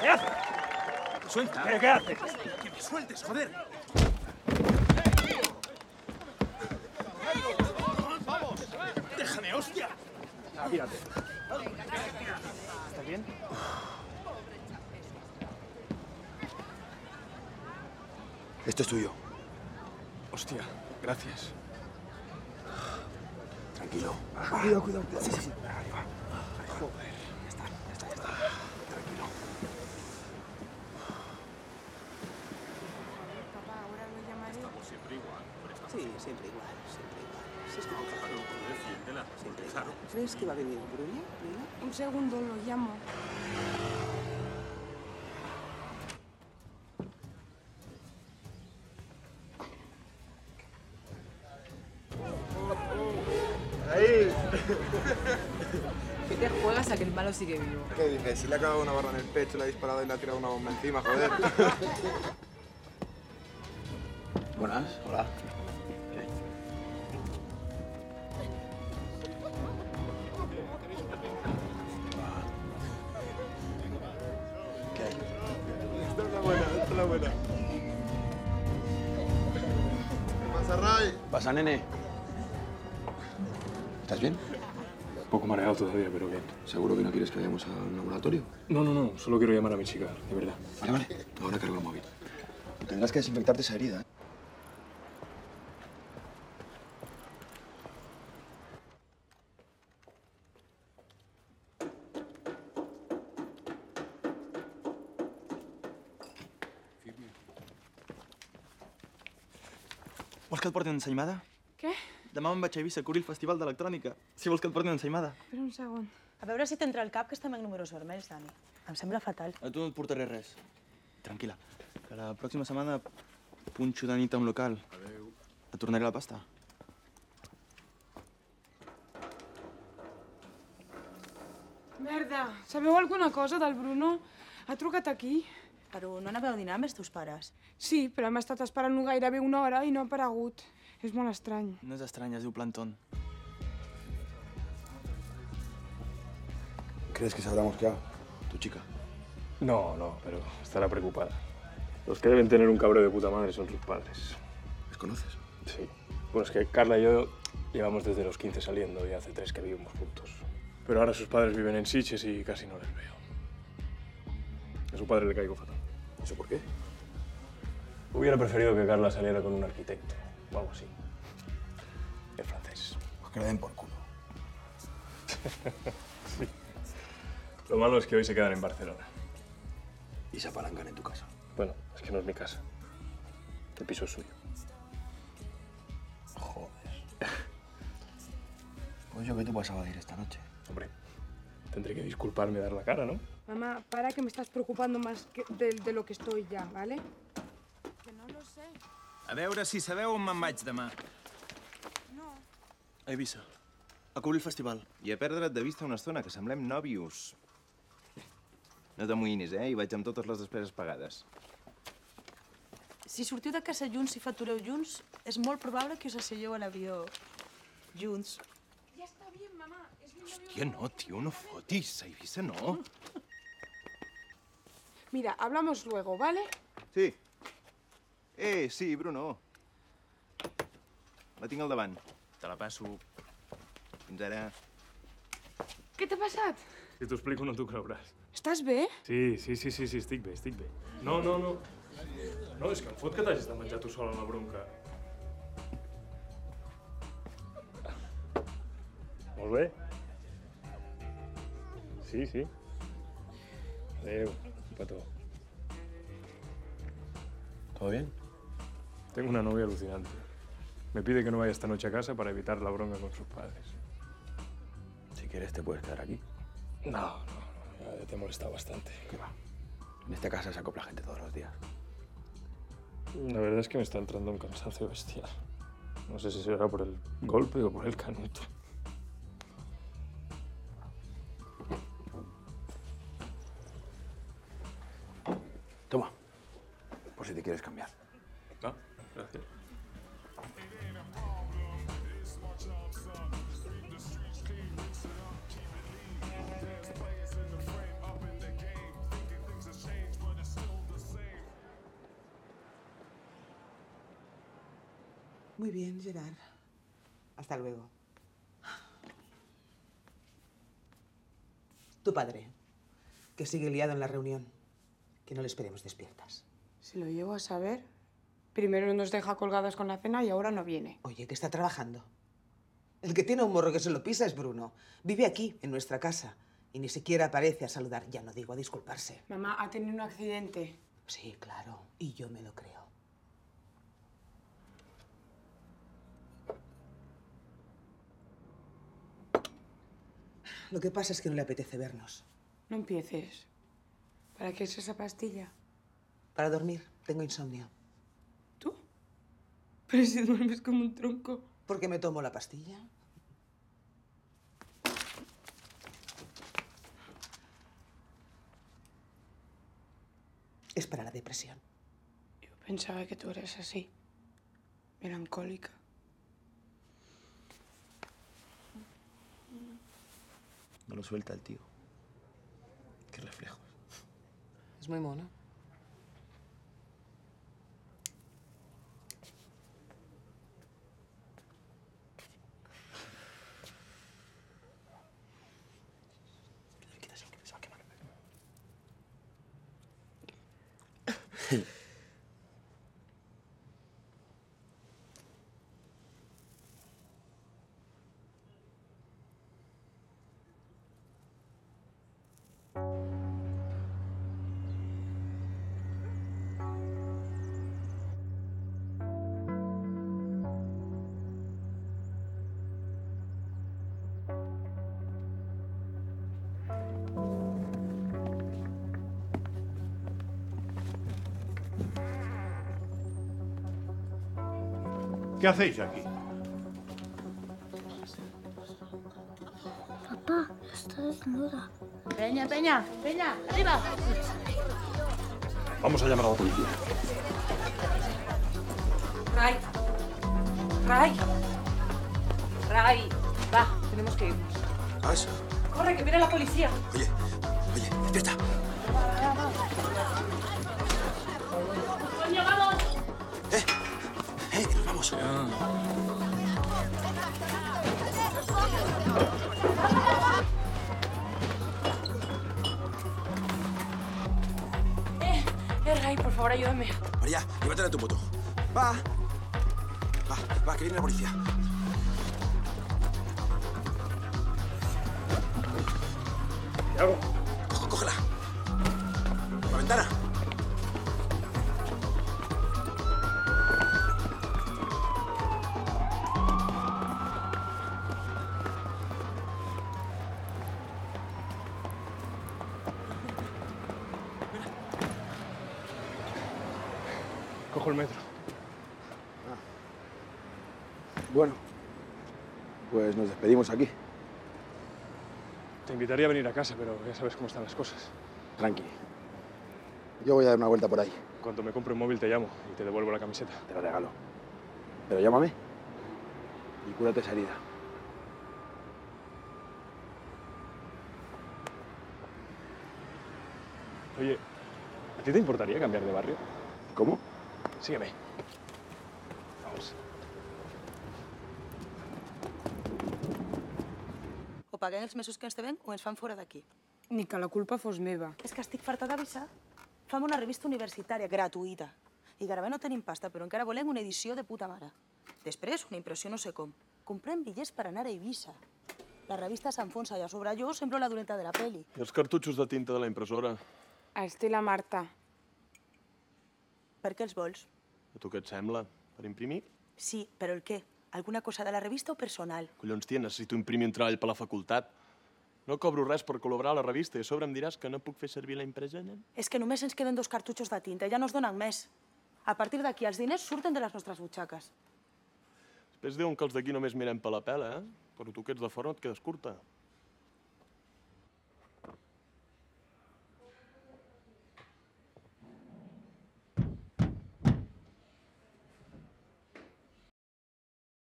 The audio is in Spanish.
¿Qué haces? Suelta. ¿Pero qué haces? ¡Que me sueltes, joder! ¡Déjame, hostia! Tírate. Esto Este es tuyo. Hostia, gracias. Tranquilo. Cuidado, cuidado, cuidado. Sí, sí, sí. Papá, ahora lo llamaré. Sí, siempre igual, siempre igual. Sí, es que nunca acaba igual. Siempre igual. ¿Crees que va a venir Bruno? ¿Bruno? Un segundo, lo llamo. ¿Qué te juegas a que el malo sigue vivo? ¿Qué dices? Si le ha clavado una barra en el pecho, le ha disparado y le ha tirado una bomba encima, joder. Buenas. Hola. ¿Qué hay? Esta es la buena, esta es la buena. ¿Qué pasa, Ray? ¿Pasa, nene? ¿Estás bien? Un poco mareado todavía, pero bien. ¿Seguro que no quieres que vayamos a un laboratorio? No, no, no, solo quiero llamar a mi chica, de verdad. Vale, vale. Ahora cargo el móvil. Tendrás que desinfectarte esa herida, ¿eh? Vols que et portin ensaïmada? Què? Demà me'n vaig a Eivissa a cobrir el Festival d'Electrònica. Si vols que et portin ensaïmada. Espera un segon. A veure si t'entra al cap que estem en números vermells, Dani. Em sembla fatal. A tu no et portaré res. Tranquil·la, que la pròxima setmana punxo de nit a un local. Adéu. Et tornaré la pasta. Merda, sabeu alguna cosa del Bruno? Ha trucat aquí? Però no anàveu a dinar amb els teus pares? Sí, però hem estat esperant-lo gairebé una hora i no ha aparegut. És molt estrany. No és estrany, es diu Plantón. ¿Crees que se habrá mosqueado? Tu chica. No, no, pero estará preocupada. Los que deben tener un cabreo de puta madre son sus padres. ¿Les conoces? Sí. Bueno, es que Carla y yo llevamos desde los 15 saliendo y hace tres que vivimos juntos. Pero ahora sus padres viven en Siches y casi no les veo. A su padre le caigo fatal. ¿Eso por qué? Hubiera preferido que Carla saliera con un arquitecto o algo así. Es francés. Pues que le den por culo. Lo malo es que hoy se quedan en Barcelona. Y se apalancan en tu casa. Bueno, es que no es mi casa. Este El piso es suyo. Pues yo que tú pasaba a ir esta noche. Hombre, tendré que disculparme y dar la cara, ¿no? Mamá, para que me estás preocupando más que de, de lo que estoy ya, ¿vale? Que no lo sé. A veure si sabeu on me'n vaig demà. A Eivissa. A cobrir el festival. I a perdre't de vista una estona, que semblem nòvios. No t'amoïnis, eh? Hi vaig amb totes les despeses pagades. Si sortiu de casa junts i fatureu junts, és molt probable que us asseieu a l'avió junts. Ya está bien, mamá. Es mi novio. Tia, no, tio, no fotis. A Eivissa no. Mira, hablamos luego, ¿vale? Sí. Eh, sí, Bruno. La tinc al davant. Te la passo. Fins ara. Què t'ha passat? Si t'ho explico no t'ho creuràs. Estàs bé? Sí, sí, sí, sí, sí, estic bé, estic bé. No, no, no. No, és que em fot que t'hagis de menjar tu sola la bronca. Molt bé. Sí, sí. Adéu, petó. ¿Todo bien? Tengo una novia alucinante. Me pide que no vaya esta noche a casa para evitar la bronca con sus padres. Si quieres te puedes quedar aquí. No, no, no, ya te he molestado bastante. ¿Qué va? En esta casa se acopla gente todos los días. La verdad es que me está entrando un cansancio bestial. No sé si será por el golpe o por el canuto. Toma. Por si te quieres cambiar. Ah, gracias. Muy bien, Gerard. Hasta luego. Tu padre, que sigue liado en la reunión. Que no le esperemos despiertas. Si lo llevo a saber, primero nos deja colgadas con la cena y ahora no viene. Oye, que está trabajando. El que tiene un morro que se lo pisa es Bruno. Vive aquí, en nuestra casa, y ni siquiera aparece a saludar, ya no digo a disculparse. Mamá ha tenido un accidente. Sí, claro, y yo me lo creo. Lo que pasa es que no le apetece vernos. No empieces. ¿Para qué es esa pastilla? Para dormir, tengo insomnio. Pero si duermes como un tronco. ¿Por qué me tomo la pastilla? Es para la depresión. Yo pensaba que tú eras así, melancólica. No lo suelta el tío. Qué reflejo. Es muy mona. ¿Qué hacéis aquí? Papá, está desnuda. Peña, peña, peña, arriba. Vamos a llamar a la policía. Ray. Ray. Ray. Va, tenemos que irnos. Ash, Corre, que viene la policía. oye, despierta. Coño, vamos. Eh, que nos vamos. Eh, Ray, por favor, ayúdame. María, llévatela a tu moto. Va. Va, va, que viene la policía. ¿Qué hago? Coge- cógela. Por la ventana. Cojo el metro. Bueno, pues nos despedimos aquí. Te invitaría a venir a casa, pero ya sabes cómo están las cosas. Tranqui. Yo voy a dar una vuelta por ahí. En cuanto me compre un móvil te llamo y te devuelvo la camiseta. Te la regalo. Pero llámame y cúrate esa herida. Oye, ¿a ti te importaría cambiar de barrio? ¿Cómo? Sígueme. Vamos. O paguem els mesos que ens devem o ens fan fora d'aquí. Ni que la culpa fos meva. És que estic farta d'avisar. Fem una revista universitària gratuïta. I gairebé no tenim pasta, però encara volem una edició de puta mare. Després, una impressió no sé com. Comprem bitllets per anar a Eivissa. La revista s'enfonsa i a sobre jo semblo la dolenta de la peli. I els cartutxos de tinta de la impressora? A este la Marta. Per què els vols? A tu què et sembla? Per imprimir? Sí, però el què? Alguna cosa de la revista o personal? Collons, tia, necessito imprimir un treball per la facultat. No cobro res per col·laborar a la revista i a sobre em diràs que no puc fer servir la impresa, nen? És que només ens queden dos cartutxos de tinta, ja no es donen més. A partir d'aquí, els diners surten de les nostres butxaques. Després diuen que els d'aquí només mirem per la pela, eh? Però tu que ets de fora no et quedes curta.